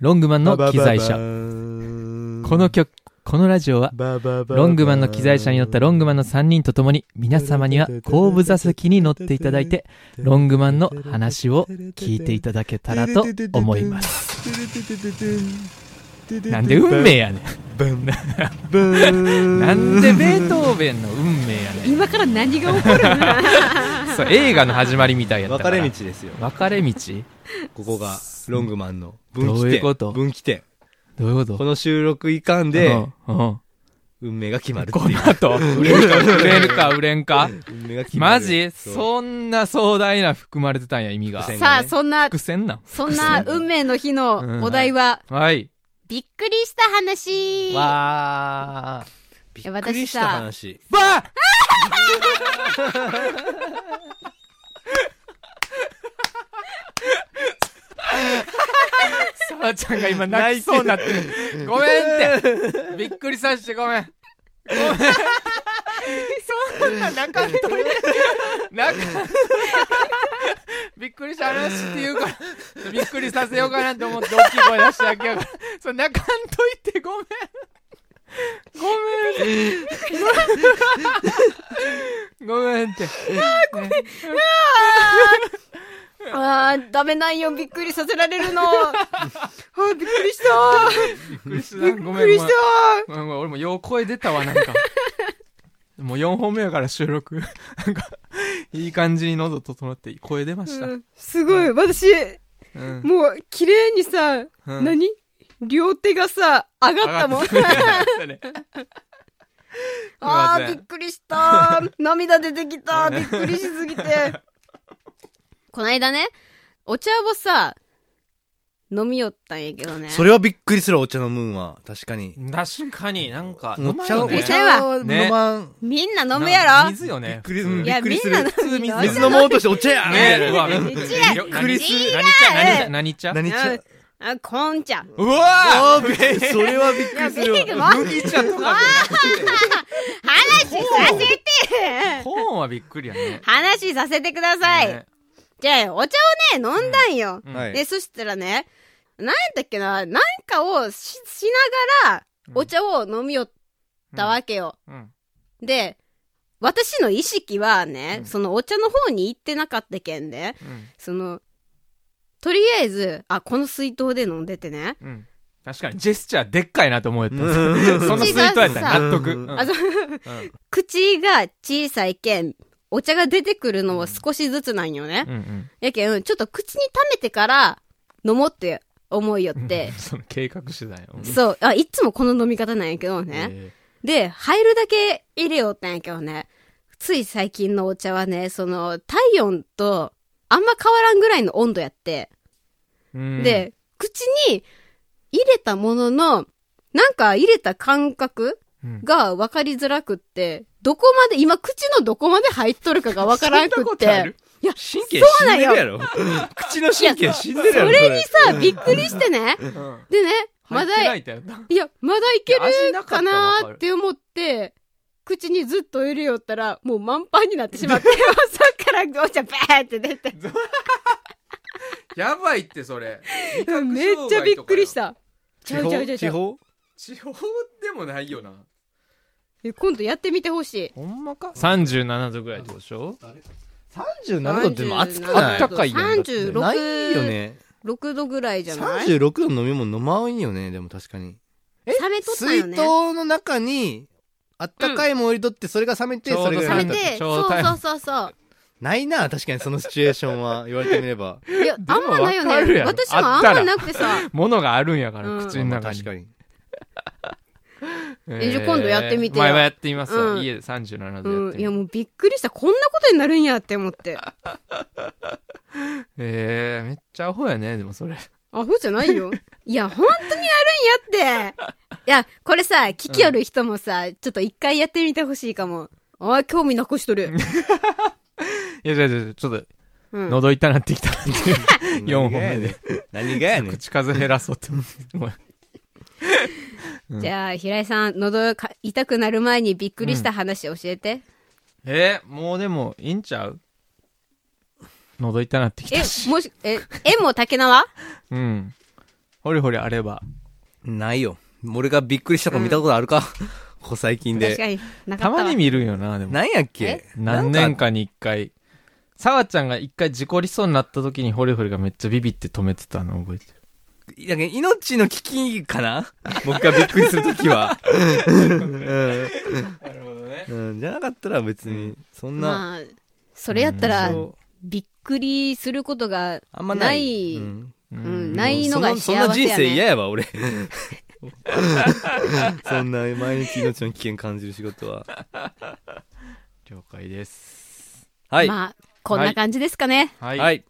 ロングマンの機材車。ここの曲、このラジオは、ロングマンの機材車に乗ったロングマンの3人と共に、皆様には後部座席に乗っていただいて、ロングマンの話を聞いていただけたらと思います。なんで運命やねん。なんでベートーベンの運命やね今から何が起こるなん。そう、映画の始まりみたいやった分か。かられ道。ですよ分かれ道ここがロングマンの分岐点どういうこと分岐点どういうことこの収録いかんでうんうん運命が決まるってこいうの後、売れるか売れるか売れんか。運命が決まマるジうそんな壮大な含まれてたんや、意味が。伏線さあ、そ んな、伏線なんそんな運命の日のお題は、はい。びっくりした話。わー。びっくりした話わーさあちゃんが今泣きそうになってる。ごめんって。びっくりさせてごめん。ごめん。そんな泣かんといて。泣かん。びっくりした話っていうから、びっくりさせようかなと思って大きい声出しただけやから。それ泣かんといてごめん。ごめん。ごめんって。ごめん。あー、ダメないよ、びっくりさせられる の。あーびっくりした。びっくりした。ごびっめくん。りした。ごめんごめん俺もよう声出たわ、なんか。もう4本目やから収録。 なんか、いい感じに喉整って声出ました。うんすごい、私、うん。もう、綺麗にさ、うん何両手がさ、上がったもん。 ね。あすいまー、せびんっくりした。涙出てきた。びっくりし すぎて。こないだね、お茶をさ、飲みよったんやけどね。それはびっくりするお茶のムーンは確かに確かになんか、お飲まん茶よをおねお茶茶を飲まんみんな飲むやろ水よね。びっくりうんいびっや、くりみすんるな飲むよ水水飲もうとしてお茶やみたいねなうわ、びっうちらくりする。何違茶何茶何茶う何茶あ、こんちゃん。うわあーべそれはびっくりするわいやびっくりわ麦茶とか話させてで。コーンはびっくりやね。話させてください。ねじゃあ、お茶をね、飲んだんよ。うんはいで、そしたらね、なんやったっけな、なんかをし、しながら、お茶を飲みよったわけよ。うんで、私の意識はね、うんそのお茶の方に行ってなかったけんで、うんその、とりあえず、あ、この水筒で飲んでてね。うん。確かに、ジェスチャーでっかいなと思えた。そうんの水筒やったら納得。違ううんあ、そう口が小さいけん、お茶が出てくるのは少しずつなんよね。うんうんやけん、ちょっと口に溜めてから飲もうって思いようんって。その計画してたんよ。そう。あ、いつもこの飲み方なんやけどね。えで、入るだけ入れようったんやけどね。つい最近のお茶はね、その、体温とあんま変わらんぐらいの温度やって。ー、うん、で、口に入れたものの、なんか入れた感覚うん、が分かりづらくって、どこまで、今口のどこまで入っとるかが分からんくそんなこっとあてる。いや、神経そう死なんんでよるやろ口の神経死んでるやそろれにさ、びっくりしてね。うんでね、まだ、入っいてないとやっや、まだいけいや味なるかっかたらわかるなーって思って、口にずっと入れよったら、もう満杯になって しまって、そっからお茶バーって出て。たやばいって、それ。めっちゃびっくりした。ちゃうちゃうちゃうち地ゃう。方地方でもないよな。え今度やってみてほしい。ほんまか ?37 度ぐらいってことでしょ37度ってでも暑くあなっいたかいやんだって36ないよね6度ぐらいじゃない冷36度の飲み物飲まんよねでも確かにめとった水よ筒ね。の中にあったかいもん入れとってそれが冷めてうんそれちょうどが冷め冷て、ちそょううどそうそうそう。ないな確かにそのシチュエーション は言われてみればいや、であもんまないよわかるね。やろ私もあんまなくてさ。ものがあるんやから、うん口の中に確。かにええじゃあ今度やってみてよ前はやってみますわ、うん家で37度やっうん。ていみや、て。もうびっくりした。こんなことになるんやって思って。えー、めっちゃアホやね、でもそれ。アホじゃないよ。いや、本当にやるんやって。いや、これさ、聞きよる人もさ、ちょっと一回やってみてほしいかも。ああ、興味なくしとる。いや、じゃあじゃあちょっと、うん。喉痛なってきたっていう。4本 目で。何がやねん口数減らそうって思って。 もうじゃあ、平井さん、喉か痛くなる前にびっくりした話教えて。えー、もうでも、いいんちゃう喉痛なってきえたし。、もし、え、えも竹縄うん。ほりほりあれば。ないよ。俺がびっくりしたの見たことあるか、ここ最近確かで。になかたったわまに見るよな、でも。なんやっけ何年か。かに一回。さわちゃんが一回事故りそうになった時にホリホリがめっちゃビビって止めてたの覚えてる。なんか命の危機 かな僕がびっくりするときは。なるほどね。うん、じゃなかったら別に、そんな、まあそれやったらそうびっくりすることがあんまない。ないうううんん。ないのが幸せそんなや、ね、そんな人生嫌やわ、 俺。そんな毎日命の危険感じる仕事は。 了解です。はい。まあこんな感じですかね、は。はいい。